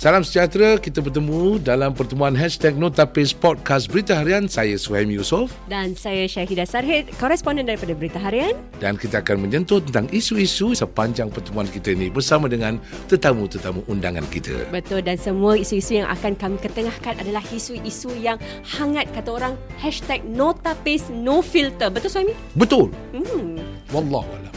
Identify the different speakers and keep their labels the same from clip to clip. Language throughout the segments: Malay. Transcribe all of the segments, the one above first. Speaker 1: Salam sejahtera, kita bertemu dalam pertemuan Hashtag Notapis Podcast Berita Harian. Saya Suhaimi Yusof
Speaker 2: Dan saya Syahidah Sarhid, koresponden daripada Berita Harian.
Speaker 1: dan kita akan menyentuh tentang isu-isu sepanjang pertemuan kita ini bersama dengan tetamu-tetamu undangan kita.
Speaker 2: Betul dan semua isu-isu yang akan kami ketengahkan adalah isu-isu yang hangat kata orang hashtag no tapis no filter. Betul suami?
Speaker 1: Betul.
Speaker 2: Hmm.
Speaker 1: Wallahualam.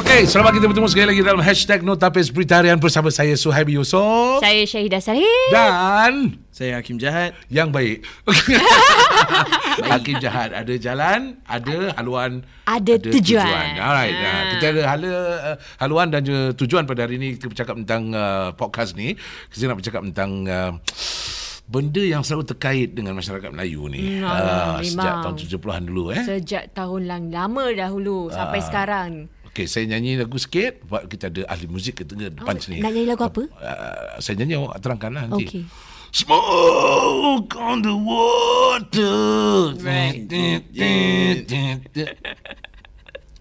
Speaker 1: Okey, selamat kita bertemu sekali lagi dalam Hashtag Notapis Berita Harian bersama saya Suhaimi Yusof
Speaker 2: Saya Syahidah Sarhid.
Speaker 1: dan
Speaker 3: Saya Hakim Jahat.
Speaker 1: yang baik. Hakim jahat ada jalan, ada haluan,
Speaker 2: Ada tujuan.
Speaker 1: Alright.
Speaker 2: Ah.
Speaker 1: Ah. Kita ada hala, uh, haluan dan juga tujuan pada hari ini kita bercakap tentang uh, podcast ni. Kita nak bercakap tentang uh, benda yang selalu terkait dengan masyarakat Melayu ni.
Speaker 2: Hmm,
Speaker 1: Ah,
Speaker 2: memang.
Speaker 1: sejak tahun 70-an dulu eh.
Speaker 2: Sejak tahun lang lama dahulu
Speaker 1: Ah.
Speaker 2: sampai sekarang.
Speaker 1: Okey, saya nyanyi lagu sikit sebab kita ada ahli muzik ke tengah depan
Speaker 2: Oh,
Speaker 1: sini.
Speaker 2: nak nyanyi lagu apa?
Speaker 1: Uh, saya nyanyi awak terangkanlah nanti.
Speaker 2: Okey.
Speaker 1: Smoke on the water.
Speaker 2: Right.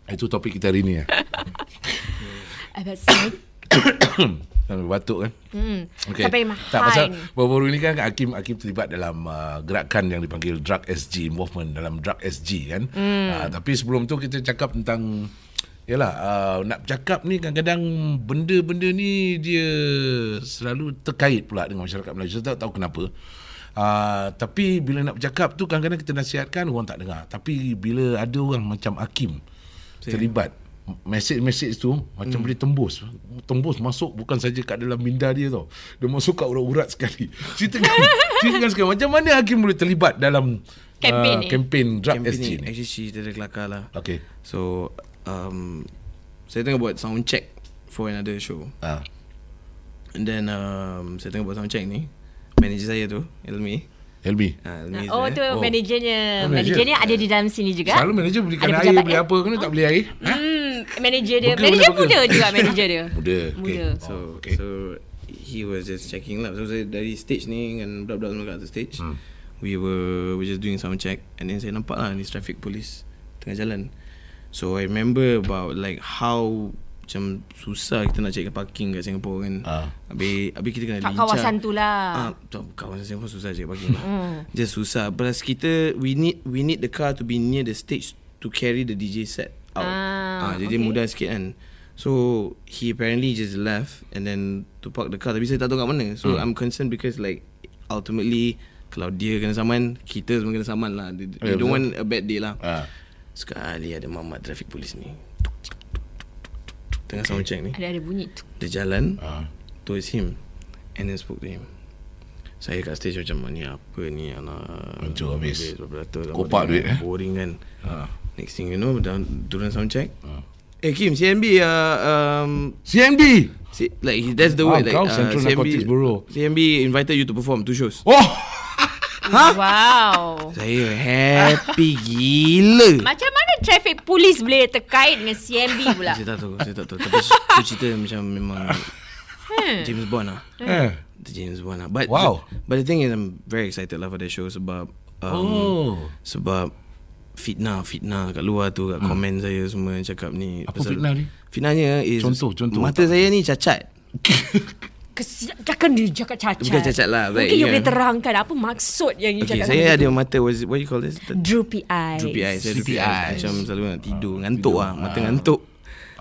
Speaker 1: Itu topik kita hari ni ya.
Speaker 2: Abang Sarhid.
Speaker 1: Sampai batuk kan.
Speaker 2: Hmm.
Speaker 1: Okey.
Speaker 2: Sampai
Speaker 1: Tak pasal
Speaker 2: mahan.
Speaker 1: baru-baru ini kan Hakim Hakim terlibat dalam uh, gerakan yang dipanggil Drug SG movement dalam Drug SG kan.
Speaker 2: Hmm.
Speaker 1: Mm. Uh, tapi sebelum tu kita cakap tentang Yalah uh, nak bercakap ni kadang-kadang benda-benda ni dia selalu terkait pula dengan masyarakat Malaysia tak tahu kenapa. Uh, tapi bila nak bercakap tu kadang-kadang kita nasihatkan orang tak dengar. Tapi bila ada orang macam Hakim terlibat mesej-mesej tu macam
Speaker 3: Hmm.
Speaker 1: boleh tembus tembus masuk bukan saja kat dalam minda dia tau dia masuk kat urat-urat sekali ceritakan ceritakan kan sekali macam mana hakim boleh terlibat dalam
Speaker 2: Kempen
Speaker 1: uh,
Speaker 2: ni.
Speaker 1: kempen drug
Speaker 3: Campaign
Speaker 1: SG
Speaker 3: ni
Speaker 1: ni
Speaker 3: actually cerita dia kelakar lah.
Speaker 1: okey
Speaker 3: So, um, saya tengah buat sound check for another show.
Speaker 1: ah
Speaker 3: And then, um, saya tengah buat sound check ni. Manager saya tu, Elmi.
Speaker 1: Helmi
Speaker 3: Ah, Elmi
Speaker 2: Oh
Speaker 3: Izzah,
Speaker 2: tu
Speaker 3: eh.
Speaker 2: oh. managernya.
Speaker 1: Oh, manager.
Speaker 2: Managernya ada di dalam sini juga.
Speaker 1: selalu manager belikan
Speaker 2: Ya. Ada
Speaker 1: air
Speaker 2: pejabat,
Speaker 1: beli
Speaker 2: eh?
Speaker 1: apa kena tak beli air ha?
Speaker 2: Hmm, manager dia.
Speaker 1: Bukan,
Speaker 2: manager
Speaker 1: bukan,
Speaker 2: muda
Speaker 1: bukan.
Speaker 2: juga manager dia.
Speaker 1: muda okey
Speaker 2: Muda.
Speaker 1: so
Speaker 3: So,
Speaker 1: okey
Speaker 3: so he was just checking lah. So saya dari stage ni dengan budak-budak semua kat atas stage. Hmm. We were we just doing sound check and then saya nampak lah ni traffic police tengah jalan. So I remember about like how macam susah kita nak cari parking kat Singapore kan.
Speaker 1: Ah.
Speaker 3: Habis habis kita kena
Speaker 2: Kat
Speaker 3: lincah.
Speaker 2: kawasan tu lah.
Speaker 3: Ah, tak, kawasan Singapore susah cari parking lah. Just susah. Plus kita we need we need the car to be near the stage to carry the DJ set out.
Speaker 2: Ah,
Speaker 3: Ah, jadi
Speaker 2: okay.
Speaker 3: mudah sikit kan. So he apparently just left and then to park the car tapi saya tak tahu kat mana. So I'm concerned because like ultimately kalau dia kena saman, kita semua kena saman lah. They, they
Speaker 1: Ya,
Speaker 3: don't
Speaker 1: betul.
Speaker 3: want a bad day lah.
Speaker 1: ah
Speaker 3: Sekali ada mamat traffic police ni. Tuk, tuk, tuk, tuk, tuk, tuk. Tengah sound check ni.
Speaker 2: Ada ada bunyi tu.
Speaker 3: Dia jalan
Speaker 1: ah
Speaker 3: towards him and then spoke to him. Saya kat stage macam ni apa ni anak
Speaker 1: Hancur habis.
Speaker 3: beratus,
Speaker 1: Kopak duit, eh?
Speaker 3: Boring kan.
Speaker 1: ah
Speaker 3: Next thing you know down, turun sound check. Eh Kim, CNB uh, um,
Speaker 1: CMB
Speaker 3: C- like he- that's the
Speaker 1: Ah,
Speaker 3: word like uh,
Speaker 1: kau Central Narcotics Bureau.
Speaker 3: CMB invited you to perform two shows.
Speaker 1: oh
Speaker 2: Wow.
Speaker 3: Saya happy gila.
Speaker 2: Macam mana traffic polis boleh terkait dengan CMB pula?
Speaker 3: Saya tak tahu, saya tak tahu. Tapi tu cerita macam memang James Bond lah.
Speaker 2: Hmm.
Speaker 1: eh.
Speaker 3: The James Bond lah. But
Speaker 1: Wow.
Speaker 3: but the thing is I'm very excited lah for the show sebab um,
Speaker 1: oh
Speaker 3: sebab fitnah fitnah kat luar tu kat komen saya semua yang cakap ni
Speaker 1: Hmm. Apa fitnah ni?
Speaker 3: Fitnahnya is
Speaker 1: Contoh, contoh.
Speaker 3: Mata saya ni cacat.
Speaker 2: Kesian, jangan dia cakap cacat.
Speaker 3: Bukan cacat lah,
Speaker 2: Mungkin
Speaker 3: baik,
Speaker 2: you
Speaker 3: kan?
Speaker 2: boleh terangkan apa maksud yang you
Speaker 3: Okay,
Speaker 2: cakap.
Speaker 3: saya ada mata was what you call this? The-
Speaker 2: droopy eyes.
Speaker 3: Droopy eyes Saya droopy
Speaker 1: Sleepy eyes. Ah,
Speaker 3: eyes Macam selalu nak tidur Ngantuk lah Mata ngantuk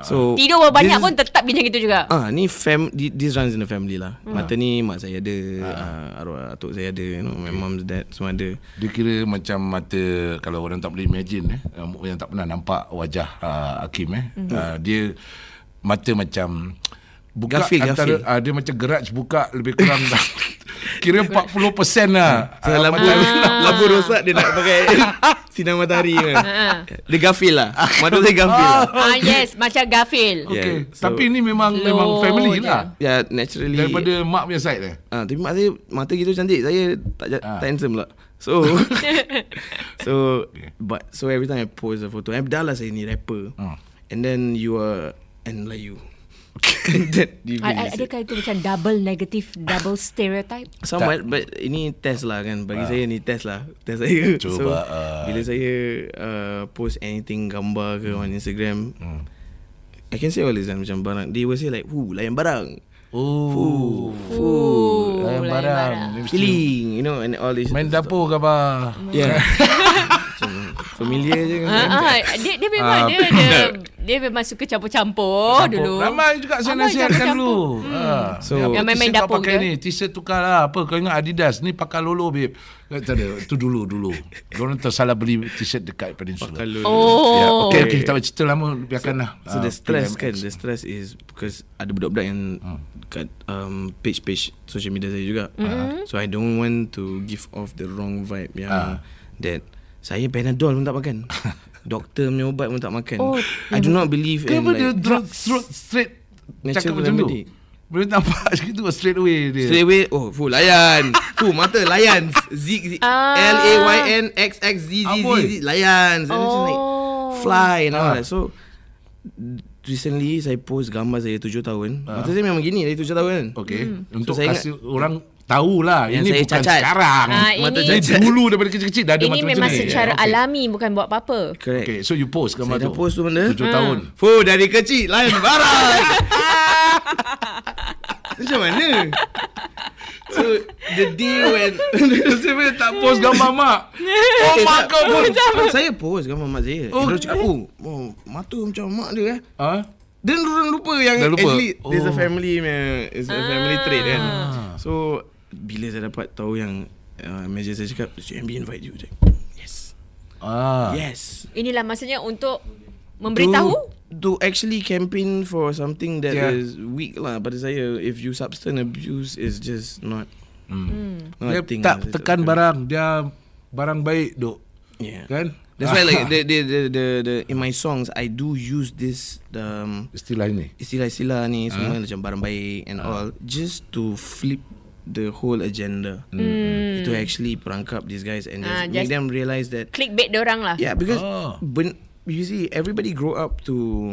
Speaker 3: So
Speaker 2: Tidur berapa banyak
Speaker 3: this-
Speaker 2: pun tetap macam itu juga.
Speaker 3: Ah ni fam thi- this runs in the family lah.
Speaker 2: Hmm.
Speaker 3: Mata ni mak saya ada, ah, arwah atuk saya ada, you know, my mum's dad semua ada.
Speaker 1: Dia kira macam mata kalau orang tak boleh imagine eh um, yang tak pernah nampak wajah uh, Hakim eh. Mm-hmm. Uh, dia mata macam buka
Speaker 3: Gafil,
Speaker 1: antara
Speaker 3: gafil.
Speaker 1: Uh, dia macam gerak buka lebih kurang kira 40% lah. Uh,
Speaker 3: Kalau lagu,
Speaker 1: mata-
Speaker 3: lagu rosak dia nak pakai sinar matahari kan. Dia gafil lah. Mata saya gafil lah.
Speaker 2: Ah yes, macam Garfield.
Speaker 3: Yeah.
Speaker 1: Okay.
Speaker 3: so-
Speaker 1: Tapi ni memang memang
Speaker 2: Low
Speaker 1: family
Speaker 2: je.
Speaker 1: lah.
Speaker 3: Ya naturally
Speaker 1: Daripada mak punya side eh. dia.
Speaker 3: Ah, tapi mak saya mata gitu cantik. Saya tak ja-
Speaker 1: Ah.
Speaker 3: tak handsome pula. So so but so every time I post a photo, eh, dah lah saya ni rapper.
Speaker 1: Ah.
Speaker 3: And then you are and Melayu. and then you
Speaker 2: A- a- Adakah itu macam double negative, double stereotype?
Speaker 3: Somewhat but ini test lah kan. Bagi
Speaker 1: Ah.
Speaker 3: saya ni test lah. Test saya. so ah,
Speaker 1: Cubaan. Hmm.
Speaker 3: bila saya uh, post anything gambar ke on Instagram, I can say all this kan Macam barang They will say like Who layan barang
Speaker 1: Oh.
Speaker 2: Ooh,
Speaker 1: Layan barang. Dia mesti
Speaker 3: Feeling You know and all this
Speaker 1: Main dapur ke apa?
Speaker 3: Yeah Macam Familiar je kan
Speaker 2: Ah, ah, dia dia memang dia ada dia memang suka
Speaker 1: Dapur.
Speaker 2: campur-campur Oh, dulu.
Speaker 1: Ramai juga saya
Speaker 2: Ramai
Speaker 1: nasihatkan
Speaker 2: campur-campur. Hmm.
Speaker 1: dulu. Ha.
Speaker 3: So-
Speaker 2: Yang main-main
Speaker 1: t-shirt kau
Speaker 2: dapur
Speaker 1: pakai
Speaker 2: ke?
Speaker 1: ni, t-shirt tukar lah. Apa, kau ingat Adidas. Ni pakai Lolo, babe. Tak ada, tu dulu, dulu. Diorang tersalah beli t-shirt dekat Peninsula.
Speaker 3: Pakai
Speaker 1: Ya,
Speaker 3: lulu.
Speaker 2: Oh.
Speaker 1: okay, okay, kita tak cerita lama, biarkanlah.
Speaker 3: So
Speaker 1: Ah,
Speaker 3: the stress
Speaker 1: PMX.
Speaker 3: kan The stress is Because ada budak-budak yang
Speaker 1: Hmm.
Speaker 3: Kat um, page-page Social media saya juga So I don't want to Give off the wrong vibe Yang
Speaker 1: Ah.
Speaker 3: That Saya Panadol pun tak makan Doktor punya ubat pun tak makan
Speaker 2: Oh,
Speaker 3: I do not believe in
Speaker 1: Kenapa dia
Speaker 3: like
Speaker 1: drop throat straight
Speaker 3: Natural
Speaker 1: cakap macam tu?
Speaker 3: remedy.
Speaker 1: Boleh nampak gitu straight away dia.
Speaker 3: Straight away Oh full layan Full mata layan Z Z
Speaker 2: Ah.
Speaker 3: L-A-Y-N X X Z Z Z,
Speaker 1: Amboi.
Speaker 3: Z Layan oh. Macam like
Speaker 2: Oh.
Speaker 3: Fly and all
Speaker 1: Ah.
Speaker 3: that So Recently Saya post gambar saya 7 tahun Mata saya memang gini Dari 7 tahun kan
Speaker 1: Ah. Okay.
Speaker 2: Hmm.
Speaker 1: Untuk
Speaker 3: So, saya
Speaker 1: kasih orang tahulah
Speaker 3: Yang
Speaker 1: ini
Speaker 3: saya
Speaker 1: bukan
Speaker 3: cacat.
Speaker 1: sekarang.
Speaker 2: Ah,
Speaker 1: Mata
Speaker 2: ini-
Speaker 1: cacat. dulu daripada kecil-kecil dah ada
Speaker 2: Ini
Speaker 1: mata
Speaker 2: memang
Speaker 1: macam ni.
Speaker 2: secara
Speaker 1: Okay.
Speaker 2: alami bukan buat apa-apa.
Speaker 3: Correct
Speaker 1: Okay, so you post gambar
Speaker 3: Eh, Saya
Speaker 1: tu.
Speaker 3: dah post tu benda
Speaker 1: Tujuh
Speaker 2: Ah.
Speaker 1: tahun.
Speaker 3: Fuh dari kecil Layan barang Macam mana So The day when Saya punya tak post
Speaker 1: Post gambar mak. oh,
Speaker 3: Eh,
Speaker 1: mak
Speaker 3: tak.
Speaker 1: kau pun.
Speaker 3: Saya post gambar mak saya oh. Dia cakap oh, oh Mata macam mak dia eh
Speaker 1: Ha?
Speaker 3: Dan orang lupa yang
Speaker 1: Dah lupa?
Speaker 3: actually There's a
Speaker 1: Oh. Ah.
Speaker 3: family punya- It's a family trait kan So Bila saya dapat tahu yang uh, Manager saya cakap CMB invite you Saya, Yes
Speaker 1: Ah.
Speaker 3: Yes
Speaker 2: Inilah maksudnya untuk memberitahu
Speaker 3: to actually campaign for something that
Speaker 1: Yeah.
Speaker 3: is weak lah pada saya if you substance abuse is just not mm. not
Speaker 1: Hmm. Dia
Speaker 3: a thing
Speaker 1: tak
Speaker 3: lah.
Speaker 1: tekan barang, dia barang baik dok.
Speaker 3: yeah
Speaker 1: Kan?
Speaker 3: that's why like the, the, the, the, the, in my songs I do use this um,
Speaker 1: Ah, istilah ini.
Speaker 3: istilah-istilah ni semua macam barang baik and all just to flip the whole agenda mm. to actually perangkap these guys and just,
Speaker 2: Hmm. Ah, just-
Speaker 3: make them realize that
Speaker 2: clickbait dia orang lah.
Speaker 3: Yeah, because
Speaker 1: Oh.
Speaker 3: when you see everybody grow up to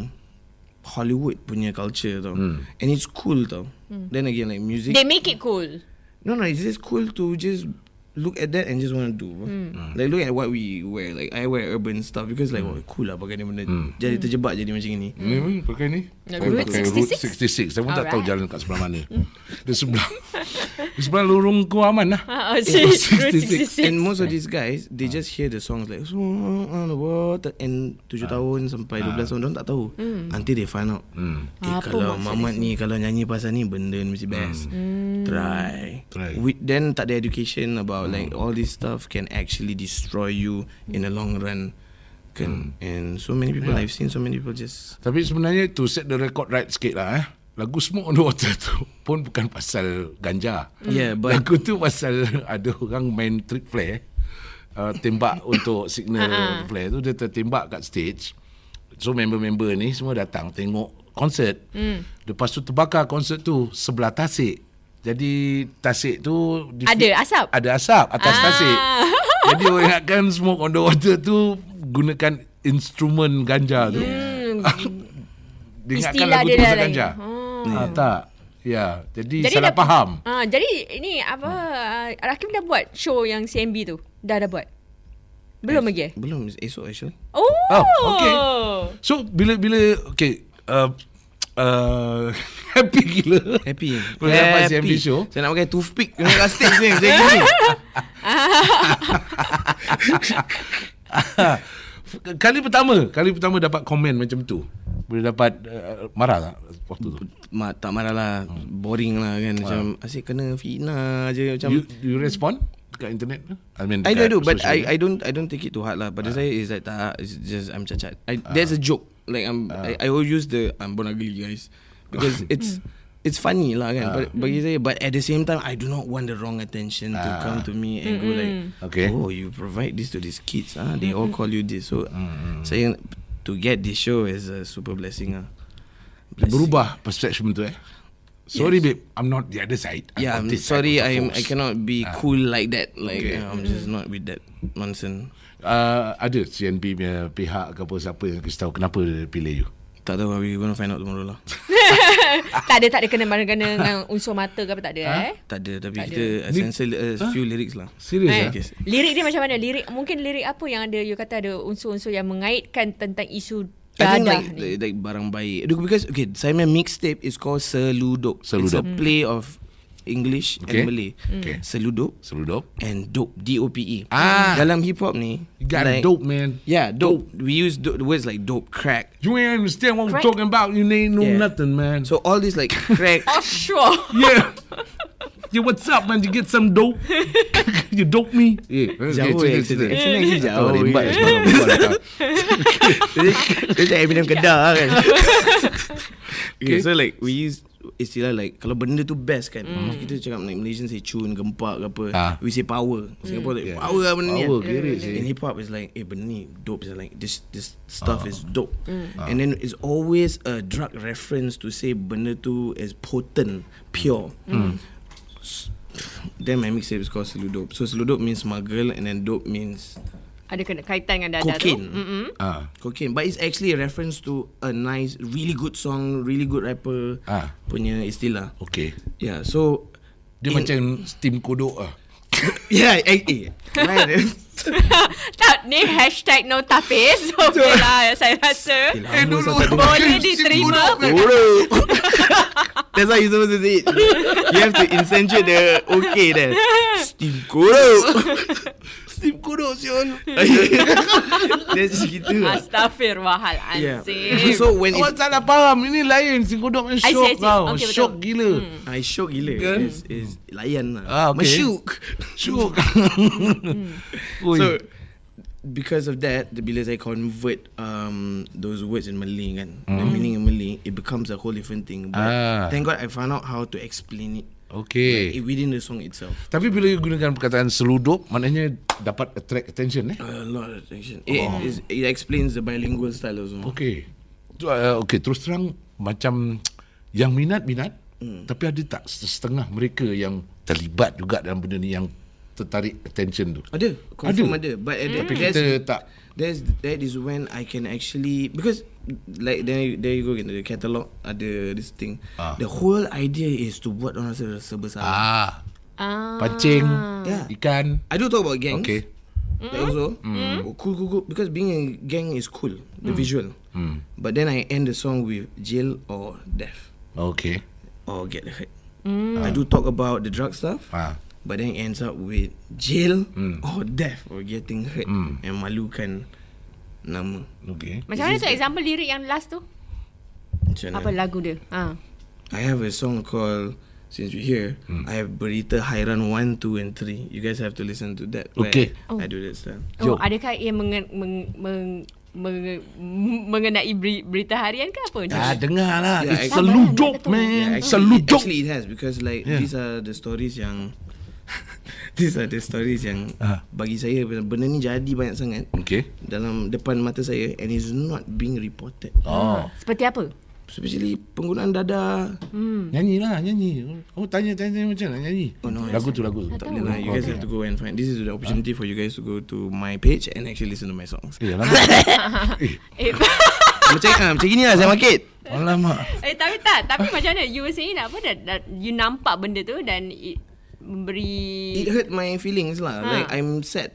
Speaker 3: Hollywood punya culture tau. And it's cool tau. Then again like music.
Speaker 2: Hmm. They make it cool.
Speaker 3: no no, it's just cool to just look at that and just want to do. Like look at what we wear. Like I wear urban stuff because like wah, cool lah pakai ni benda. Jadi terjebak jadi macam
Speaker 1: Ni
Speaker 3: ni.
Speaker 1: ni pakai ni.
Speaker 2: Nak
Speaker 1: Saya
Speaker 2: Route
Speaker 1: pakai 66.
Speaker 2: 66?
Speaker 1: Saya pun tak tahu
Speaker 2: Alright.
Speaker 1: jalan kat sebelah mana. Di sebelah. di sebelah lorong Kuaman lah.
Speaker 2: Ha, si- Route 66.
Speaker 3: And most of these guys They just hear the songs Like so on the water And 7 tahun Sampai 12 tahun Diorang tak tahu Until they find out eh,
Speaker 2: Hmm. Apa
Speaker 3: Kalau
Speaker 2: maksud
Speaker 3: Mamat ni Kalau nyanyi pasal ni Benda ni mesti best
Speaker 2: Hmm.
Speaker 3: Try
Speaker 1: Try.
Speaker 3: We, Then tak ada education About like All this stuff Can actually destroy you In the long run Kan And so many people I've seen so many people just
Speaker 1: Tapi sebenarnya to set the record right sikit lah eh. Lagu Smoke on the Water tu pun bukan pasal ganja.
Speaker 2: Hmm.
Speaker 3: Yeah, but-
Speaker 1: Lagu tu pasal ada orang main trick flare. Uh, tembak untuk
Speaker 2: Ha,
Speaker 1: signal flare tu. Dia tertembak kat stage. So member-member ni semua datang tengok konsert. Mm.
Speaker 2: Hmm.
Speaker 1: Lepas tu terbakar konsert tu sebelah tasik. Jadi tasik tu... di-
Speaker 2: Ada asap?
Speaker 1: Ada asap atas
Speaker 2: Ah.
Speaker 1: tasik. Jadi orang ingatkan Smoke on the Water tu gunakan instrumen ganja tu. Dia ingatkan
Speaker 2: Hmm. Istilah
Speaker 1: lagu
Speaker 2: dia
Speaker 1: tu
Speaker 2: dah
Speaker 1: pasal
Speaker 2: lain.
Speaker 1: ganja.
Speaker 2: Oh.
Speaker 1: Ah, tak. Ya, jadi,
Speaker 2: Jadi
Speaker 1: salah
Speaker 2: dah-
Speaker 1: faham. Hmm.
Speaker 2: Ah, jadi ini apa ah, Rakim dah buat show yang CMB tu. Dah dah buat. Belum lagi eh?
Speaker 3: Belum esok actually
Speaker 2: Oh.
Speaker 1: Oh, okay. So bila bila okay, uh, uh, happy gila.
Speaker 3: Happy
Speaker 1: Pengalaman CMB show.
Speaker 3: Saya nak pakai toothpick Kena kat stage ni Macam gini
Speaker 1: kali pertama, kali pertama dapat komen macam tu. Boleh dapat uh, marah tak waktu tu?
Speaker 3: Ma, tak marah lah
Speaker 1: Hmm.
Speaker 3: Boring lah kan Macam asyik kena fitnah je Macam
Speaker 1: You, you respond dekat internet? I mean,
Speaker 3: I do, I
Speaker 1: dekat
Speaker 3: do But
Speaker 1: social media? Ah.
Speaker 3: I, I don't I don't take it to heart lah Pada saya is like tak, It's just I'm cacat I, That's a joke Like I'm
Speaker 1: Ah.
Speaker 3: I, I always use the I'm born ugly guys Because it's It's funny lah kan
Speaker 1: Ah.
Speaker 3: But, Bagi saya But at the same time I do not want the wrong attention To come to me And go like
Speaker 1: Ah. Okay.
Speaker 3: Oh you provide this to these kids ah, They all call you this So Saya To get this show Is a super blessing ah.
Speaker 1: Dia berubah perception tu eh. Sorry babe, I'm not the other side. I'm
Speaker 3: Yeah,
Speaker 1: on
Speaker 3: I'm
Speaker 1: this side
Speaker 3: sorry.
Speaker 1: of the
Speaker 3: I'm
Speaker 1: force. Ah.
Speaker 3: I cannot be cool like that. Like
Speaker 1: Okay.
Speaker 3: you know, I'm just not with that nonsense.
Speaker 1: Uh, ada CNB punya pihak ke apa siapa yang kasih tahu kenapa dia pilih you?
Speaker 3: Tak tahu we gonna find out tomorrow lah.
Speaker 2: tak ada tak ada kena kena dengan unsur mata ke apa tak ada
Speaker 1: Ha?
Speaker 2: eh?
Speaker 3: tak ada tapi kita ada. censor a few lyrics lah.
Speaker 1: Serius
Speaker 2: Eh,
Speaker 1: ah?
Speaker 3: Okay.
Speaker 2: lirik dia macam mana? Lirik mungkin lirik apa yang ada you kata ada unsur-unsur yang mengaitkan tentang isu
Speaker 3: I
Speaker 2: Dah
Speaker 3: think
Speaker 2: ada
Speaker 3: like, like like barang baik. Look, Because okay, saya punya mixtape is called Seludok. It's a
Speaker 1: Seludok.
Speaker 3: play of English
Speaker 1: Okay. Hmm.
Speaker 3: and Malay.
Speaker 1: Okay.
Speaker 3: Seludok
Speaker 1: Seludup.
Speaker 3: and dope D O P E.
Speaker 1: Ah.
Speaker 3: Dalam hip hop ni,
Speaker 1: You got dope, man.
Speaker 3: Yeah, dope. We use do- the words like dope, crack.
Speaker 1: You ain't understand what
Speaker 2: Crack.
Speaker 1: we're talking about. You ain't know
Speaker 3: Yeah.
Speaker 1: nothing, man.
Speaker 3: So all this like crack.
Speaker 2: Oh, sure.
Speaker 1: yeah. yeah, what's up, man? You get some dope? you dope me? Yeah.
Speaker 3: Jauh eh accident. Accident lagi jauh.
Speaker 1: Oh,
Speaker 3: eh.
Speaker 1: rembat semalam. Rembat lah.
Speaker 3: Dia dia macam Eminem kedah kan
Speaker 1: Okay.
Speaker 3: okay. So like We use Istilah like Kalau benda tu best kan mm. Kita cakap like Malaysian say cun Gempak ke apa
Speaker 1: Ah.
Speaker 3: We say power Singapore like
Speaker 1: Yeah.
Speaker 3: Power lah benda ni
Speaker 1: Power,
Speaker 3: kan
Speaker 1: gerik sih.
Speaker 3: And hip hop is like Eh benda ni dope It's like This this
Speaker 1: Ah.
Speaker 3: stuff is dope And then it's always A drug reference To say benda tu Is potent Pure
Speaker 1: Hmm.
Speaker 3: S- Then my mixtape is called Seludop So Seludop means smuggle And then dope means
Speaker 2: Ada kena kaitan dengan dadah
Speaker 3: Cocaine
Speaker 2: tu. Mm-mm.
Speaker 1: Ah.
Speaker 3: Cocaine But it's actually a reference to A nice Really good song Really good rapper
Speaker 1: Ah.
Speaker 3: Punya istilah
Speaker 1: Okay.
Speaker 3: Yeah so
Speaker 1: Dia
Speaker 3: in-
Speaker 1: macam steam kodok ah.
Speaker 3: Yeah eh, eh. Right
Speaker 2: tak, ni hashtag no tapis. Okey lah, saya rasa.
Speaker 3: Eh, lama
Speaker 1: dulu
Speaker 3: sampai
Speaker 1: orang
Speaker 2: Boleh
Speaker 1: makan steam
Speaker 2: diterima.
Speaker 1: kodok, man.
Speaker 3: Urut. That's how you supposed to say it You have to accentuate the Okay there Steam korok
Speaker 1: Steam kodok, Sion.
Speaker 3: That's gitu lah Yeah.
Speaker 2: Astaghfirullahalazim.
Speaker 3: So Oh, when
Speaker 1: Awak
Speaker 3: it's
Speaker 1: salah faham. Ini lain. Steam kodok kan
Speaker 2: I see,
Speaker 1: syok
Speaker 2: I see.
Speaker 1: tau.
Speaker 2: Okay, betul. Hmm.
Speaker 1: Syok gila.
Speaker 3: I shock gila
Speaker 1: Kan?
Speaker 3: is, is Layan lah
Speaker 1: Ah, okay.
Speaker 3: Masyuk
Speaker 1: Syok. Ui.
Speaker 3: So because of that, the bila saya convert um, those words in Malay kan, the meaning in Malay, it becomes a whole different thing. But
Speaker 1: Hmm. Ah.
Speaker 3: thank God I found out how to explain it
Speaker 1: Okay.
Speaker 3: it within the song itself.
Speaker 1: Tapi bila you gunakan perkataan seludup, maknanya dapat attract attention eh?
Speaker 3: A lot of attention. It,
Speaker 1: Oh.
Speaker 3: is- it explains the bilingual style as well.
Speaker 1: Okay. Tu, Uh, okay, terus terang macam yang minat-minat, hmm. tapi ada tak setengah mereka yang terlibat juga dalam benda ni yang tertarik attention tu?
Speaker 3: Ada, confirm ada. But at the,
Speaker 1: Tapi
Speaker 3: that's,
Speaker 1: kita tak
Speaker 3: that's, that is when I can actually because like there you- there you go again the catalog ada this thing.
Speaker 1: Ah.
Speaker 3: The whole idea is to buat orang rasa serba salah.
Speaker 1: ah
Speaker 2: Ah.
Speaker 1: pancing,
Speaker 3: Yeah.
Speaker 1: ikan.
Speaker 3: I do talk about gangs.
Speaker 1: Okay.
Speaker 3: That also Oh, cool, cool, cool. Because being a gang is cool, the visual. But then I end the song with jail or death
Speaker 1: Okay.
Speaker 3: or get the hurt. I do talk about the drug stuff,
Speaker 1: Ah.
Speaker 3: but then it ends up with jail or death or getting hurt and malukan nama.
Speaker 1: Okay.
Speaker 2: Macam mana tu example lirik yang last tu?
Speaker 3: Macam mana?
Speaker 2: Apa lagu dia? Ha.
Speaker 3: I have a song called since you're here, I have Berita Hairan 1, 2 and 3. You guys have to listen to that. where
Speaker 1: Okay.
Speaker 3: I do that stuff.
Speaker 1: Jom.
Speaker 2: Oh, adakah ia mengen, meng, meng, meng, mengenai beri, berita harian ke apa?
Speaker 1: Ah, dengar lah.
Speaker 3: Yeah,
Speaker 1: It's
Speaker 3: I-
Speaker 1: seludup,
Speaker 2: Sabar,
Speaker 1: man.
Speaker 3: Ya, actually,
Speaker 1: Seludup.
Speaker 3: actually it has because like
Speaker 1: Yeah.
Speaker 3: yeah. these are the stories yang these are the stories yang
Speaker 1: Ah.
Speaker 3: uh. bagi saya benda ni jadi banyak sangat
Speaker 1: Okay.
Speaker 3: dalam depan mata saya and it's not being reported.
Speaker 1: Oh.
Speaker 2: Seperti apa? Hmm.
Speaker 3: Especially penggunaan dada.
Speaker 1: Nyanyi lah, nyanyi. Oh, tanya-tanya macam nak nyanyi.
Speaker 3: Oh, no,
Speaker 1: lagu tu, lagu tu.
Speaker 3: Tak boleh lah. You guys have to go and find. This is the opportunity
Speaker 1: Ah.
Speaker 3: for you guys to go to my page and actually listen to my songs.
Speaker 1: Eh, alamak. eh,
Speaker 2: Eh,
Speaker 3: macam ah, macam gini lah saya market.
Speaker 1: alamak.
Speaker 2: eh tapi tak. Tapi macam mana? You were saying apa? That, that you nampak benda tu dan it memberi...
Speaker 3: It hurt my feelings
Speaker 2: Ha.
Speaker 3: lah. Ha. Like I'm sad.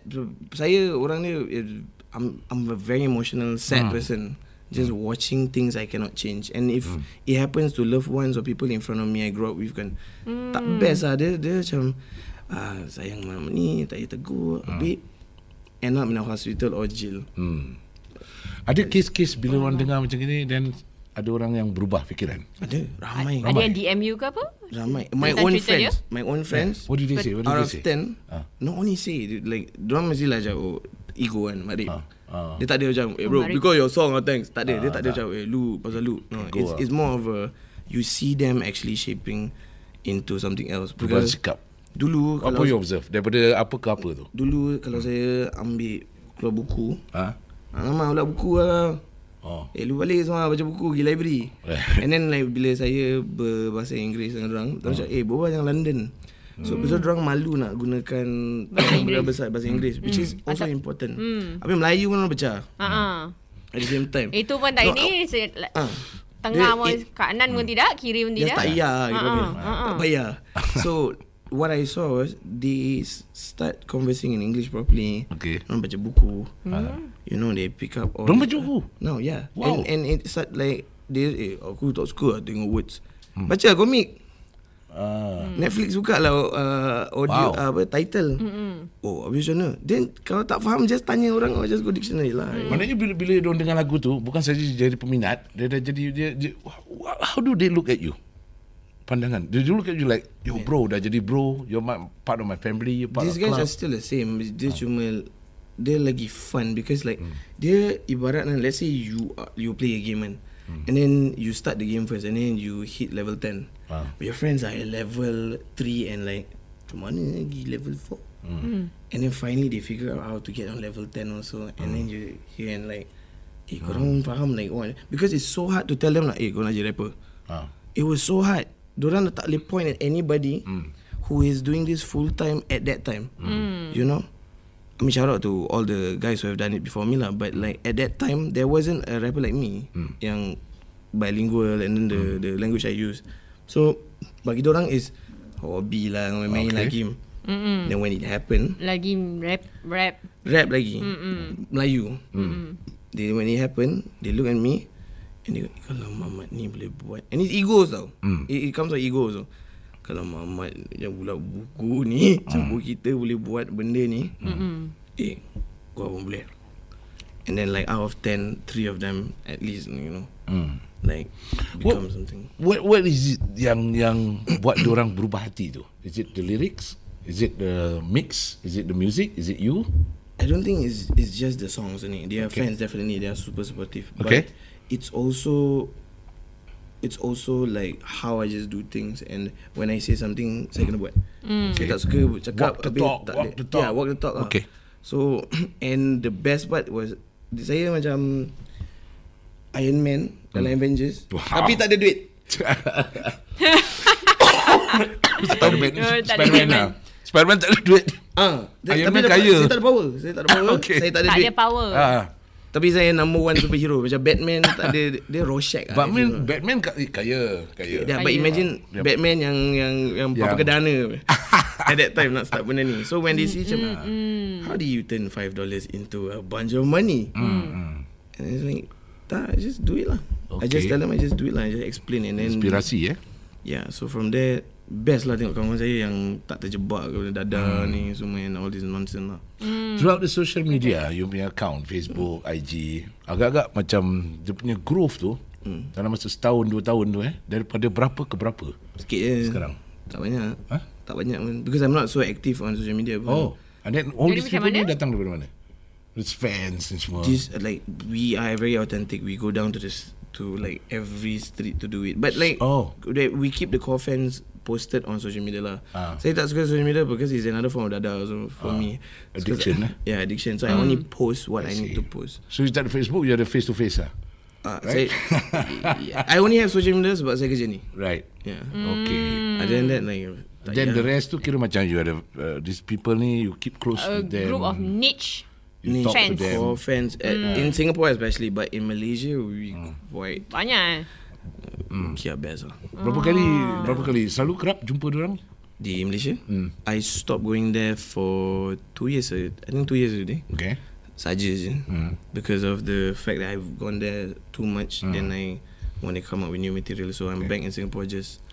Speaker 3: Saya orang dia eh, I'm I'm a very emotional sad hmm. person. Just watching things I cannot change. And if hmm. it happens to loved ones or people in front of me I grow up with kan. Hmm. Tak best lah dia dia macam ah sayang mama ni tak payah tegur. Hmm. Babe end up in a hospital or jail.
Speaker 1: Hmm. Ada kes-kes bila orang dengar macam ni dan ada orang yang berubah fikiran.
Speaker 3: Ada ramai
Speaker 2: Ada yang DM you ke apa?
Speaker 3: ramai. My
Speaker 2: Tulisan
Speaker 3: own
Speaker 2: Twitter dia?
Speaker 3: friends, my own friends.
Speaker 1: What did they say? What did they
Speaker 3: out of
Speaker 1: say?
Speaker 3: 10
Speaker 1: Ah.
Speaker 3: No only say dude, Like Diorang mesti lah macam oh, Ego kan Marib
Speaker 1: Ah, ah.
Speaker 3: Dia tak ada macam Eh bro
Speaker 2: Marib.
Speaker 3: Because your song or thanks Tak ada Dia tak ada macam Eh lu Pasal lu no,
Speaker 1: Ego
Speaker 3: it's,
Speaker 1: ah.
Speaker 3: it's more of a You see them actually shaping Into something else
Speaker 1: Perubahan
Speaker 3: Because
Speaker 1: sikap.
Speaker 3: Dulu
Speaker 1: Apa
Speaker 3: kalau
Speaker 1: you observe? Daripada apa ke apa tu?
Speaker 3: Dulu kalau saya Ambil Keluar buku
Speaker 1: Ha?
Speaker 3: Alamak pula buku lah
Speaker 1: Oh.
Speaker 3: Eh lu balik semua baca buku pergi library
Speaker 1: Eh.
Speaker 3: And then like bila saya berbahasa Inggeris dengan orang Terus cakap eh bawa yang London So hmm. pasal orang malu nak gunakan Bahasa besar bahasa Inggeris Hmm. Which is also important Tapi Melayu pun orang pecah
Speaker 2: Ha. ah.
Speaker 3: At the same time
Speaker 2: Itu pun tak
Speaker 3: Hmm. No,
Speaker 2: ini saya- la-
Speaker 3: Ah.
Speaker 2: tengah
Speaker 3: Dia-
Speaker 2: pun
Speaker 3: it-
Speaker 2: kanan pun tidak, kiri pun
Speaker 3: Just
Speaker 2: tidak.
Speaker 3: tak payah
Speaker 2: Ha,
Speaker 3: kita panggil.
Speaker 2: ha, ha.
Speaker 3: Tak payah So what I saw was they s- start conversing in English properly.
Speaker 1: Okay.
Speaker 3: Orang baca buku. You know they pick up all.
Speaker 1: Dorang
Speaker 3: these-
Speaker 1: baca buku?
Speaker 3: No, yeah.
Speaker 1: Wow.
Speaker 3: And and it start like they eh, aku tak suka lah tengok words.
Speaker 1: Hmm.
Speaker 3: Baca lah komik.
Speaker 1: Ah.
Speaker 3: Netflix buka lah uh, audio
Speaker 1: Wow.
Speaker 3: wow. apa title. Mm-hmm. Oh, habis macam mana? Then kalau tak faham just tanya orang or just go dictionary lah.
Speaker 1: Maknanya bila bila dia dengar lagu tu bukan saja jadi peminat, dia dah jadi dia, dia wha- how do they look at you? Pandangan. They look at you like, "Yo bro, dah jadi bro, you're my, part of my family, you're part of
Speaker 3: These guys
Speaker 1: club."
Speaker 3: are still the same.
Speaker 1: Ah.
Speaker 3: Dia cuma dia lagi fun because like
Speaker 1: Hmm.
Speaker 3: dia ibarat kan let's say you are- you play a game kan.
Speaker 1: Hmm.
Speaker 3: And then you start the game first and then you hit level 10.
Speaker 1: Ah.
Speaker 3: But Your friends are at level 3 and like macam mana ni lagi level 4.
Speaker 2: Hmm.
Speaker 3: And then finally they figure out how to get on level 10 also and then you here and like eh korang faham like what because it's so hard to tell them like eh korang nak jadi rapper.
Speaker 1: Ah.
Speaker 3: It was so hard. Diorang dah tak boleh point at anybody who is doing this full time at that time. You know? I mean, shout out to all the guys who have done it before me lah. But like at that time, there wasn't a rapper like me yang bilingual and then the the language I use. So bagi orang is hobi lah main-main
Speaker 1: Okay.
Speaker 3: okay. lagi. Then when it happened,
Speaker 4: Lagi rap rap.
Speaker 3: rap lagi Melayu they, when it happened they look at me and they go kalau Mamat ni boleh buat and it's egos tau it, it comes from ego also kalau Mamat yang pula buku ni campur kita boleh buat benda ni eh gua pun boleh and then like out of 10 three of them at least you know like become
Speaker 1: What-
Speaker 3: something
Speaker 1: What what is it yang yang buat orang berubah hati tu? Is it the lyrics? Is it the mix? Is it the music? Is it you?
Speaker 3: I don't think it's it's just the songs only. Their
Speaker 1: Okay.
Speaker 3: fans definitely they are super supportive.
Speaker 1: Okay.
Speaker 3: But it's also it's also like how I just do things and when I say something saya kena buat.
Speaker 4: Mm.
Speaker 3: Saya tak suka cakap
Speaker 1: Walk the
Speaker 3: habis
Speaker 1: talk,
Speaker 3: tak
Speaker 1: walk
Speaker 3: boleh.
Speaker 1: the talk.
Speaker 3: Yeah, walk the talk. lah.
Speaker 1: Okay.
Speaker 3: So and the best part was saya macam Iron Man dalam Avengers
Speaker 1: Hmm. Wow.
Speaker 3: tapi tak ada duit.
Speaker 1: Spiderman.
Speaker 4: Oh, tak ada
Speaker 1: Spiderman
Speaker 4: Iron Man.
Speaker 1: lah. Spiderman tak ada duit.
Speaker 3: Ah,
Speaker 1: Iron
Speaker 3: tapi
Speaker 1: Man
Speaker 3: dapat-
Speaker 1: kaya.
Speaker 3: Saya tak ada power. Saya tak ada power.
Speaker 1: Okay.
Speaker 3: Saya tak ada
Speaker 4: Tak
Speaker 3: duit.
Speaker 4: ada power.
Speaker 1: Ah,
Speaker 3: Tapi saya number one superhero Macam Batman tak ada Dia Rorschach lah, if you
Speaker 1: Batman Batman ka- eh, kaya kaya.
Speaker 3: Yeah, but
Speaker 4: Kaya.
Speaker 3: imagine
Speaker 1: Yeah.
Speaker 3: Batman yang yang yang
Speaker 1: Yang-
Speaker 3: papa kedana at that time nak start benda ni. So when they see macam ah, how do you turn five dollars into a bunch of money?
Speaker 1: Mm. Hmm.
Speaker 3: And it's like tak, I just do it lah. I just
Speaker 1: Okay.
Speaker 3: tell them I just do it lah. I just explain and then
Speaker 1: Inspirasi eh.
Speaker 3: Yeah, so from there best lah tengok kawan saya yang tak terjebak kepada dada
Speaker 1: Hmm.
Speaker 3: ni semua and all this nonsense lah.
Speaker 1: Throughout the social media, you punya account Facebook, IG, agak-agak macam dia punya growth tu dalam masa setahun dua tahun tu eh daripada berapa ke berapa?
Speaker 3: Sikit je.
Speaker 1: Sekarang?
Speaker 3: Tak banyak.
Speaker 1: Huh?
Speaker 3: Tak banyak pun because I'm not so active on social media. pun.
Speaker 1: Oh, and then all
Speaker 4: Jadi
Speaker 1: these
Speaker 4: macam
Speaker 1: people ni
Speaker 4: mana?
Speaker 1: datang daripada mana? It's fans and semua.
Speaker 3: this like we are very authentic. We go down to this to like every street to do it. But like
Speaker 1: Oh.
Speaker 3: that we keep the core fans posted on social media lah.
Speaker 1: Ah.
Speaker 3: Saya tak suka social media because it's another form of dada also for me. Because-
Speaker 1: Addiction, eh?
Speaker 3: Yeah, addiction. So I only post what I,
Speaker 1: see.
Speaker 3: need to post.
Speaker 1: So you tak ada Facebook, you ada face to face lah.
Speaker 3: Ah, right? saya, I only have social media sebab saya kerja ni.
Speaker 1: Right.
Speaker 3: Yeah.
Speaker 1: Okay.
Speaker 4: Hmm.
Speaker 3: Other than that like uh, tak
Speaker 1: Then the
Speaker 3: payah.
Speaker 1: rest tu kira macam you ada uh, these people ni you keep close
Speaker 4: A
Speaker 1: to them.
Speaker 4: group of niche.
Speaker 1: you
Speaker 3: Ni
Speaker 1: talk to
Speaker 4: fans.
Speaker 1: them.
Speaker 3: core fans at, in Singapore especially, but in Malaysia we
Speaker 1: Mm.
Speaker 3: quite
Speaker 4: Banyak eh.
Speaker 3: care best lah.
Speaker 1: Berapa kali
Speaker 4: Hmm.
Speaker 1: berapa kali selalu kerap jumpa orang?
Speaker 3: di Malaysia. I stopped going there for two years. uh, I think two years already.
Speaker 1: Okay.
Speaker 3: Saja je. Because of the fact that I've gone there too much and I want to come up with new material. So I'm back in Singapore just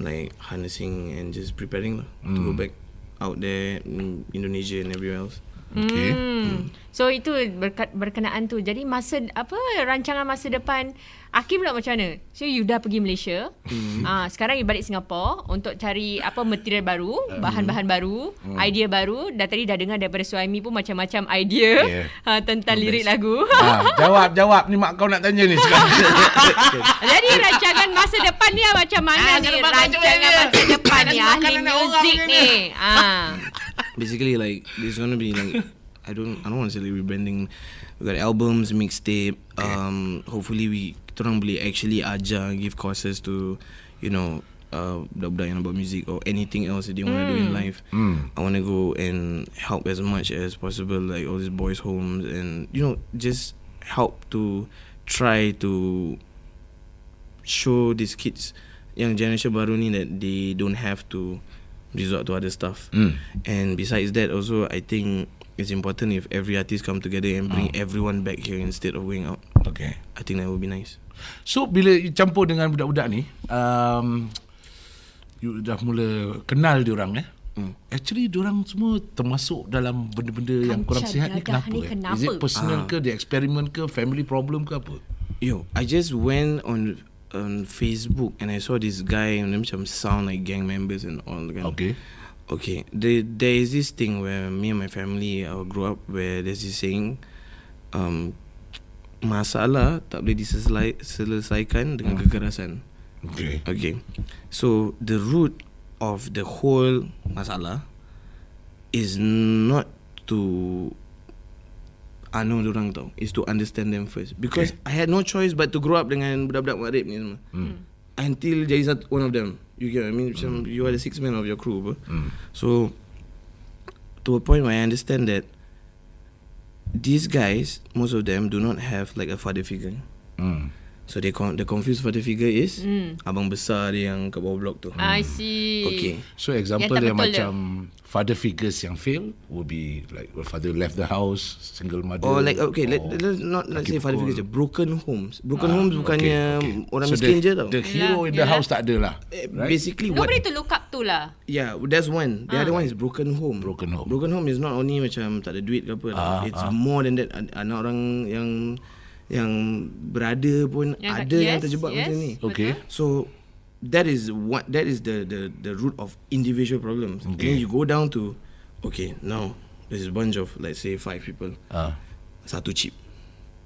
Speaker 3: like harnessing and just preparing lah to go back out there in Indonesia and everywhere else.
Speaker 1: Okay.
Speaker 4: Hmm. So itu berkat, berkenaan tu. Jadi masa apa rancangan masa depan Akim pula macam mana? So you dah pergi Malaysia. Ah sekarang you balik Singapura untuk cari apa material baru, bahan-bahan baru, idea baru. Dah tadi dah dengar daripada suami pun macam-macam idea
Speaker 1: Yeah.
Speaker 4: ah, tentang lirik lagu.
Speaker 1: Ah, jawab jawab ni mak kau nak tanya ni sekarang.
Speaker 4: Jadi rancangan masa depan ni ah, macam mana
Speaker 5: Ah,
Speaker 4: ni?
Speaker 5: kena pakai baju
Speaker 4: Rancangan
Speaker 5: dia.
Speaker 4: masa depan ni
Speaker 5: Kena
Speaker 4: ahli
Speaker 5: makan anak orang
Speaker 4: muzik
Speaker 5: punya
Speaker 4: ni.
Speaker 5: ni.
Speaker 4: Ah.
Speaker 3: Basically like there's gonna be like I don't I don't want to say like rebranding. We got albums, mixtape. Um, hopefully we terang boleh actually ajar give courses to you know uh, budak-budak yang nak buat music or anything else that they want to do in life. I want to go and help as much as possible like all these boys' homes and you know just help to try to show these kids yang generation baru ni that they don't have to resort to other stuff. And besides that, also I think it's important if every artist come together and bring everyone back here instead of going out.
Speaker 1: Okay.
Speaker 3: I think that would be nice.
Speaker 1: So bila you campur dengan budak-budak ni, um, you dah mula kenal diorang eh. Hmm. Actually diorang semua termasuk dalam benda-benda yang kurang
Speaker 2: Kancah
Speaker 1: sihat ni
Speaker 2: dadah
Speaker 1: kenapa?
Speaker 2: ni
Speaker 1: eh?
Speaker 2: kenapa?
Speaker 1: Is it personal ke, dia eksperimen ke, family problem ke apa?
Speaker 3: Yo, I just went on on Facebook and I saw this guy and them macam sound like gang members and all kan.
Speaker 1: Okay.
Speaker 3: Okay. There there is this thing where me and my family I grew up where there's this saying um masalah tak boleh diselesai- selesaikan dengan kekerasan.
Speaker 1: Okay.
Speaker 3: Okay. So the root of the whole masalah is not to anu orang tau. Is to understand them first. Because okay. I had no choice but to grow up dengan budak-budak Maghrib ni semua. Hmm. Until jadi satu one of them. You get what I mean? Macam you are the sixth man of your crew. apa. So to a point where I understand that these guys, most of them do not have like a father figure.
Speaker 1: Hmm.
Speaker 3: So they con- the confused father figure is mm. abang besar dia yang kat bawah blok tu. Hmm.
Speaker 4: Ah, I see.
Speaker 3: Okay.
Speaker 1: So example
Speaker 4: Yang tak
Speaker 1: yang, yang
Speaker 4: betul
Speaker 1: macam father figures yang fail will be like well, father left the house, single mother. Oh.
Speaker 3: Or Oh, like okay, let,
Speaker 1: or-
Speaker 3: let's not let's
Speaker 1: laki
Speaker 3: say father figure je.
Speaker 1: pukul.
Speaker 3: Broken homes. Broken homes bukannya okay, okay. orang
Speaker 1: Ah, so
Speaker 3: so miskin
Speaker 1: the,
Speaker 3: je tau.
Speaker 1: The hero
Speaker 4: Yelah,
Speaker 1: in the
Speaker 4: yelah.
Speaker 1: house tak ada lah.
Speaker 3: Eh,
Speaker 1: Right?
Speaker 3: Basically what
Speaker 4: Nobody to look up to lah.
Speaker 3: Yeah, that's one. The other
Speaker 4: Ah.
Speaker 3: one is broken home.
Speaker 1: Broken home. Ah,
Speaker 3: Broken home is not only macam tak ada duit ke apa. lah. It's more than that. An- Anak orang yang yang berada pun
Speaker 4: Yang tak-
Speaker 3: ada yang
Speaker 4: yes,
Speaker 3: terjebak
Speaker 4: yes.
Speaker 3: macam ni.
Speaker 1: Okay.
Speaker 3: So that is what that is the the the root of individual problems. And then you go down to okay now this is a bunch of let's say five people.
Speaker 1: Ah.
Speaker 3: Satu chip.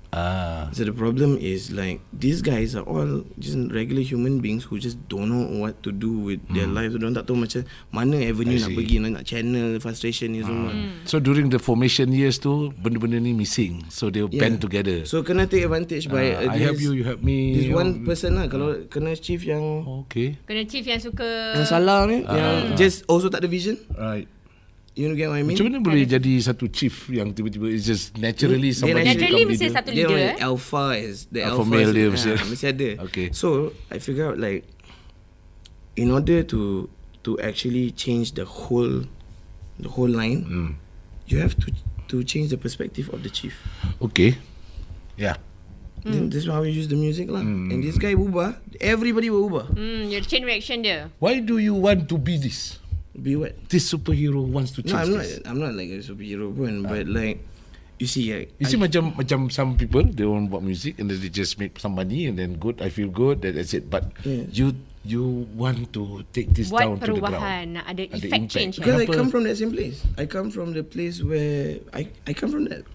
Speaker 1: Ah.
Speaker 3: So the problem is like these guys are all just regular human beings who just don't know what to do with their
Speaker 1: Hmm.
Speaker 3: lives. Don't tak tahu macam mana avenue nak pergi, nak, nak channel frustration ni semua.
Speaker 1: So during the formation years tu benda-benda ni missing. So they yeah. band together. So,
Speaker 3: So kena take advantage by
Speaker 1: Ah, I
Speaker 3: uh, this-
Speaker 1: help you, you help me.
Speaker 3: This one person lah kalau kena chief yang
Speaker 1: okay.
Speaker 4: Kena chief yang suka
Speaker 2: Uh.
Speaker 3: yang salah ni, yang just also tak ada vision.
Speaker 1: Right.
Speaker 3: You know get what I mean?
Speaker 1: Ah. Macam mana boleh jadi satu chief yang tiba-tiba it's just naturally
Speaker 3: Dia
Speaker 1: somebody
Speaker 4: naturally
Speaker 1: become
Speaker 4: mesti
Speaker 1: leader?
Speaker 4: satu
Speaker 3: Dia
Speaker 4: leader
Speaker 3: orang
Speaker 4: eh.
Speaker 3: alpha is the
Speaker 1: Alpha
Speaker 3: alpha,
Speaker 1: male
Speaker 3: is-
Speaker 1: dia
Speaker 3: ah,
Speaker 1: mesti.
Speaker 3: mesti ada.
Speaker 1: Okay.
Speaker 3: So I figure out like in order to to actually change the whole the whole line,
Speaker 1: Mm.
Speaker 3: you have to to change the perspective of the chief.
Speaker 1: Okay. Yeah.
Speaker 3: Then This is how we use the music lah.
Speaker 1: Mm.
Speaker 3: And this guy ubah, everybody will ubah.
Speaker 4: Hmm, your chain reaction dia.
Speaker 1: Why do you want to be this?
Speaker 3: Be what?
Speaker 1: This superhero wants to change
Speaker 3: No, I'm not.
Speaker 1: this.
Speaker 3: I'm not like a superhero pun, but like you see, like,
Speaker 1: Ah. You see macam macam some people they want buat music and then they just make some money and then good I feel good that that's it but
Speaker 3: Yeah.
Speaker 1: you you want to take this down
Speaker 4: Buat
Speaker 1: to the ground.
Speaker 4: perubahan, nak ada
Speaker 1: Ada
Speaker 4: effect
Speaker 1: impact.
Speaker 4: change.
Speaker 3: because
Speaker 4: eh.
Speaker 3: I
Speaker 1: Kenapa-
Speaker 3: come from that same place. I come from the place where I I come from that.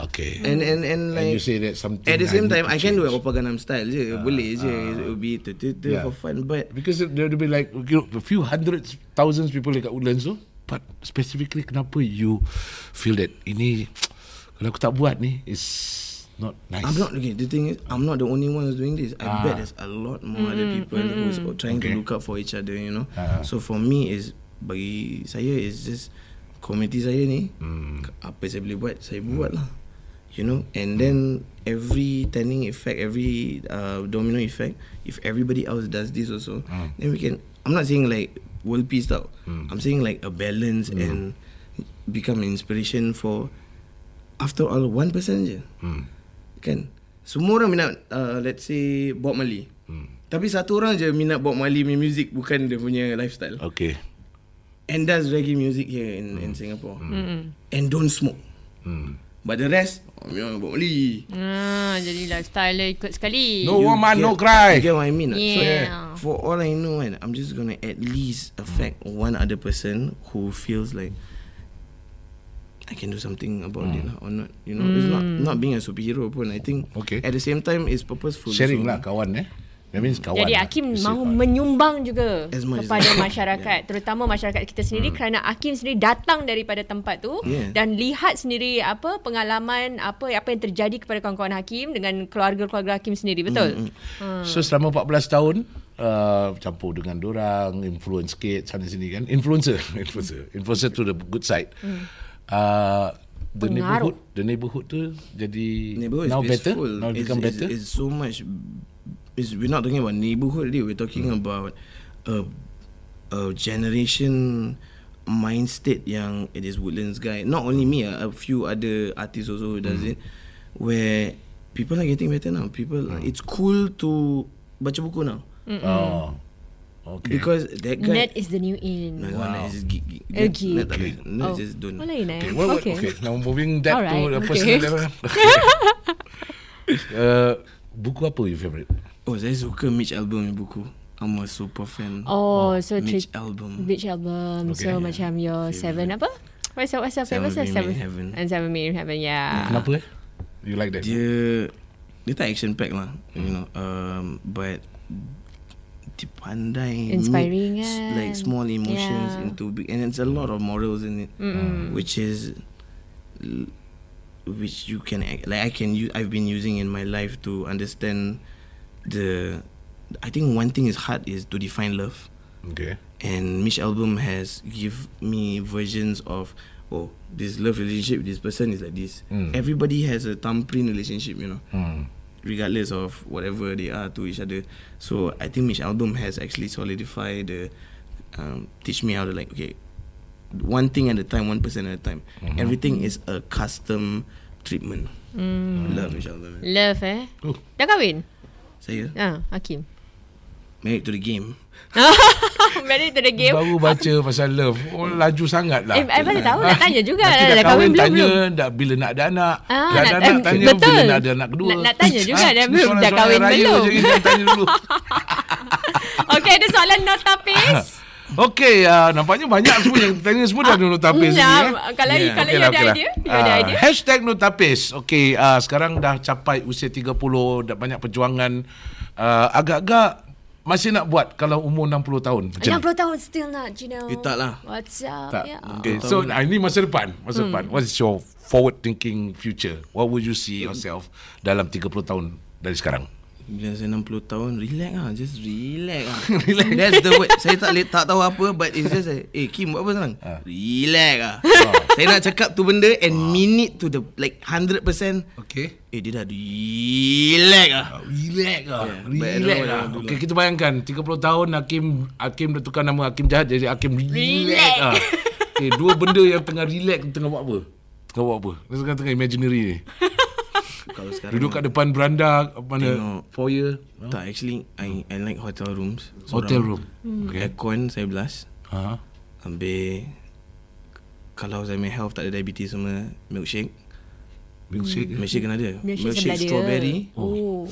Speaker 1: Okay.
Speaker 3: And and and
Speaker 1: Mm. And
Speaker 3: like
Speaker 1: you say that something
Speaker 3: At the same
Speaker 1: need
Speaker 3: time
Speaker 1: to
Speaker 3: I can do
Speaker 1: change. Ah,
Speaker 3: a Gangnam style je Boleh je It will be tu tu tu
Speaker 1: Yeah.
Speaker 3: For fun But
Speaker 1: Because there will be like you know, a few hundreds, thousands people dekat Woodlands tu. But specifically kenapa you feel that ini kalau aku tak buat ni is not nice. Ah.
Speaker 3: I'm not okay. The thing is, I'm not the only one who's doing this. I bet there's a lot more other people who's trying
Speaker 1: Okay.
Speaker 3: to look out for each other. You know.
Speaker 1: Ah.
Speaker 3: So for me is bagi saya is just community saya ni.
Speaker 1: Hmm.
Speaker 3: Apa saya boleh buat, saya buat lah. You know. And then every tanning effect, every uh, domino effect. If everybody else does this also,
Speaker 1: Hmm.
Speaker 3: then we can. I'm not saying like world peace tau. I'm saying like a balance
Speaker 1: Hmm.
Speaker 3: and become an inspiration for. After all, one person je. Kan Semua orang minat uh, Let's say Bob Marley hmm. Tapi satu orang je Minat Bob Marley punya music Bukan dia punya lifestyle
Speaker 1: Okay.
Speaker 3: And that's reggae music here In, in Singapore hmm. And don't smoke
Speaker 1: Hmm.
Speaker 3: But the rest oh, Memang Bob Marley
Speaker 4: Ah, jadi lifestyle dia ikut sekali.
Speaker 1: No woman,
Speaker 3: get-
Speaker 1: no cry.
Speaker 3: You get what I mean? or not?
Speaker 4: Yeah.
Speaker 3: So, for all I know, and I'm just gonna at least affect one other person who feels like I can do something about it lah or not. You know, it's not not being a superhero pun. I think
Speaker 1: Hmm. Okay.
Speaker 3: at the same time it's purposeful.
Speaker 1: Sharing
Speaker 3: also.
Speaker 1: lah kawan eh. That means kawan.
Speaker 4: Jadi
Speaker 1: lah. You
Speaker 4: Hakim
Speaker 1: see,
Speaker 4: mahu
Speaker 1: kawan.
Speaker 4: menyumbang juga
Speaker 3: As much as I
Speaker 4: kepada
Speaker 3: can. Hmm.
Speaker 4: masyarakat, terutama masyarakat kita sendiri kerana Hakim sendiri datang daripada tempat tu
Speaker 3: Yeah.
Speaker 4: dan lihat sendiri apa pengalaman apa apa yang terjadi kepada kawan-kawan Hakim dengan keluarga-keluarga Hakim
Speaker 3: Hmm,
Speaker 4: sendiri, betul?
Speaker 1: So selama 14 tahun uh, campur dengan dorang, influence sikit sana sini kan. Influencer, influencer, influencer to the good side. Hmm. Uh, the
Speaker 4: Pengaruh.
Speaker 1: neighborhood, the neighborhood tu jadi
Speaker 3: neighborhood
Speaker 1: now
Speaker 3: is
Speaker 1: better,
Speaker 3: peaceful.
Speaker 1: now
Speaker 3: it's,
Speaker 1: become
Speaker 3: it's,
Speaker 1: better.
Speaker 3: It's so
Speaker 1: Hmm.
Speaker 3: much. It's, we're not talking about neighborhood. Really. We're talking about a a generation mind state yang it is Woodlands guy. Not only me, ah, a few other artists also who
Speaker 1: Hmm.
Speaker 3: does it. Where people are getting better now. People,
Speaker 1: Hmm.
Speaker 3: it's cool to baca buku now
Speaker 1: Oh. Okay.
Speaker 3: because that guy.
Speaker 4: Nerd is the new in.
Speaker 3: No, wow. Nerd is just geek. geek.
Speaker 4: A
Speaker 3: Nerd-
Speaker 4: geek.
Speaker 3: Nerd tak boleh. Nerd
Speaker 4: Oh,
Speaker 3: just don't.
Speaker 4: oh lain eh.
Speaker 1: Okay, well, okay. okay. Now moving that Alright, to
Speaker 4: Alright,
Speaker 1: the
Speaker 4: okay.
Speaker 1: personal level. uh, buku apa you favourite?
Speaker 3: Oh, saya suka Mitch Albom punya buku. I'm a super fan.
Speaker 4: Oh, so
Speaker 3: Mitch
Speaker 4: treat
Speaker 3: Albom.
Speaker 4: Beach album.
Speaker 1: Okay.
Speaker 4: So macam your seven apa? What's your, what's your
Speaker 3: Seven Made
Speaker 4: favorite? Seven,
Speaker 3: in
Speaker 4: seven
Speaker 3: Heaven.
Speaker 4: And seven made in heaven. Yeah.
Speaker 1: Kenapa eh? You like that?
Speaker 3: Dia dia tak action pack lah, you know. Um, but dia pandai
Speaker 4: Inspiring
Speaker 3: make s-
Speaker 4: kan?
Speaker 3: like small emotions
Speaker 4: Yeah. Hmm.
Speaker 3: into big and it's a lot of morals in it
Speaker 4: Mm-mm.
Speaker 3: which is l- which you can ac- like I can use I've been using in my life to understand the I think one thing is hard is to define love
Speaker 1: Okay.
Speaker 3: and Mitch album has give me versions of oh this love relationship with this person is like this
Speaker 1: Mm.
Speaker 3: everybody has a thumbprint relationship you know
Speaker 1: Hmm.
Speaker 3: regardless of whatever they are to each other so i think Mitch album has actually solidified the um, teach me how to like okay one thing at a time one person at a time everything is a custom treatment love Mitch album
Speaker 4: Love eh.
Speaker 1: Oh.
Speaker 4: Dah kahwin?
Speaker 3: saya
Speaker 4: Ah, Hakim.
Speaker 3: married to the game
Speaker 4: Married to the game.
Speaker 1: Baru baca pasal love. Oh, laju sangat lah.
Speaker 4: Eh, I mana tahu nak tanya juga.
Speaker 1: Nanti
Speaker 4: Dah kahwin belum?
Speaker 1: tanya
Speaker 4: belum?
Speaker 1: dah bila nak ada anak.
Speaker 4: Ah,
Speaker 1: dah ada
Speaker 4: nak-
Speaker 1: anak
Speaker 4: eh,
Speaker 1: tanya
Speaker 4: betul.
Speaker 1: bila nak ada anak kedua.
Speaker 4: Nak- nak tanya juga,
Speaker 1: Ah,
Speaker 4: dah
Speaker 1: ni
Speaker 4: belum,
Speaker 1: soalan-
Speaker 4: dah
Speaker 1: soalan
Speaker 4: kahwin
Speaker 1: raya
Speaker 4: belum?
Speaker 1: je, kita tanya dulu.
Speaker 4: Okay, ada soalan notapis.
Speaker 1: Okey, ah, nampaknya banyak semua yang tanya semua dah notapis ni. eh.
Speaker 4: Kalau
Speaker 3: Yeah.
Speaker 4: kalau
Speaker 1: Okey
Speaker 4: you
Speaker 1: lah,
Speaker 4: ada
Speaker 1: okey lah.
Speaker 4: idea, you ada
Speaker 1: Ah,
Speaker 4: idea.
Speaker 1: Hashtag Notapis. Okey, ah, sekarang dah capai usia 30, dah banyak perjuangan. Ah, agak-agak masih nak buat kalau umur 60 tahun. Macam ni.
Speaker 4: 60 tahun still not, you know.
Speaker 3: You tak lah.
Speaker 4: What's up?
Speaker 1: Tak.
Speaker 4: Yeah.
Speaker 1: Okay, so ah, ini masa depan. Masa depan. What is your forward thinking future? What would you see yourself dalam 30 tahun dari sekarang?
Speaker 3: Bila saya 60 tahun Relax lah Just relax lah relax. That's the word Saya tak boleh tak tahu apa But it's just like Eh Kim buat apa sekarang
Speaker 1: Ah.
Speaker 3: Relax lah Saya nak cakap tu benda And mean it to the Like 100%
Speaker 1: Okay.
Speaker 3: Eh dia dah relax lah
Speaker 1: Relax lah
Speaker 3: Yeah, but I
Speaker 1: Relax
Speaker 3: don't know
Speaker 1: lah
Speaker 3: what I want to do
Speaker 1: okay, Kita bayangkan 30 tahun Hakim Hakim dah tukar nama Hakim jahat Jadi Hakim relax lah okay, Dua benda yang tengah relax Tengah buat apa? Tengah buat apa? Dia Sekarang tengah imaginary ni
Speaker 3: Kalau sekarang
Speaker 1: Duduk kat depan beranda apa Mana
Speaker 3: Tengok.
Speaker 1: Foyer
Speaker 3: Tak actually I, I like hotel rooms
Speaker 1: Hotel room Hmm. Okay
Speaker 3: okay. Aircon saya blast
Speaker 1: ha.
Speaker 3: Ambil Kalau saya punya health Tak ada diabetes semua Milkshake
Speaker 1: Milkshake eh?
Speaker 3: Milkshake kena ada
Speaker 4: Milkshake sebelah dia.
Speaker 3: strawberry
Speaker 4: Oh.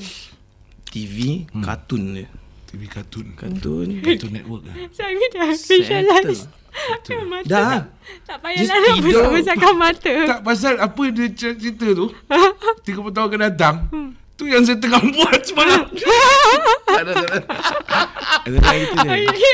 Speaker 3: TV
Speaker 1: Hmm.
Speaker 3: Kartun dia
Speaker 1: TV kartun
Speaker 4: Hmm.
Speaker 3: Kartun
Speaker 1: Kartun network eh?
Speaker 4: Saya dah
Speaker 3: Settle.
Speaker 4: visualize. Mata
Speaker 3: Dah
Speaker 4: Tak payah
Speaker 3: Just
Speaker 4: lah
Speaker 3: tidur.
Speaker 4: besar-besarkan mata.
Speaker 1: Tak pasal apa dia cer- cerita tu 30 tahun akan datang Tu yang saya tengah buat semalam Tak ada tak ada
Speaker 3: Ada lagi tu je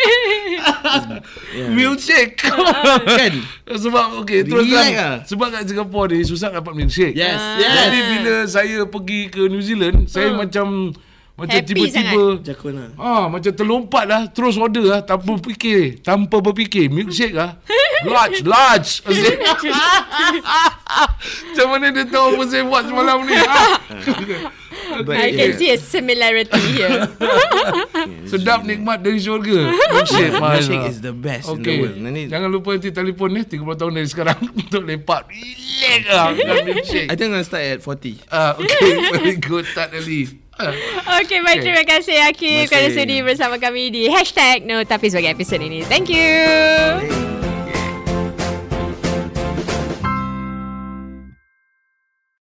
Speaker 3: yeah.
Speaker 1: Milkshake
Speaker 3: Kan
Speaker 1: Sebab okay, terus
Speaker 3: Relax
Speaker 1: terang,
Speaker 3: lah.
Speaker 1: Sebab kat Singapore ni susah nak dapat milkshake.
Speaker 3: Yes,
Speaker 1: Ah.
Speaker 3: yes.
Speaker 1: Jadi bila saya pergi ke New Zealand, saya macam macam
Speaker 4: Happy
Speaker 1: tiba-tiba
Speaker 3: Jakun lah
Speaker 1: Ah, macam terlompat lah Terus order lah Tanpa fikir Tanpa berfikir Milkshake lah Large Large Asyik. Macam mana dia tahu Apa saya buat semalam ni ah.
Speaker 3: But
Speaker 4: I can see a similarity here.
Speaker 1: Sedap nikmat dari syurga Milkshake
Speaker 3: Milkshake
Speaker 1: Masya.
Speaker 3: is the best in the
Speaker 1: Okay.
Speaker 3: world Nanti
Speaker 1: Jangan lupa nanti telefon ni 30 tahun dari sekarang Untuk lepak Relax lah Dengan milkshake
Speaker 3: I think I'm gonna start at 40
Speaker 1: Ah, okay, very good. Tak ada lift. Ah.
Speaker 4: Okay, baik.
Speaker 1: Okay.
Speaker 4: Terima kasih Hakim
Speaker 3: Terima
Speaker 4: kerana
Speaker 3: kasih.
Speaker 4: sudi bersama kami di Hashtag No Tapi sebagai episod ini. Thank you.